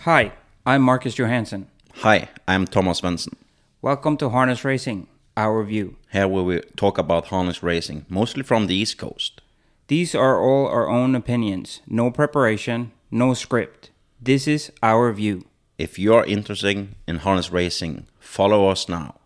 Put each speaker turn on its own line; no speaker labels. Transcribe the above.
Hi, I'm Marcus Johansson.
Hi, I'm Thomas Svensson.
Welcome to Harness Racing, our view.
Here we will talk about harness racing, mostly from the East Coast.
These are all our own opinions, no preparation, no script. This is our view.
If you are interested in harness racing, follow us now.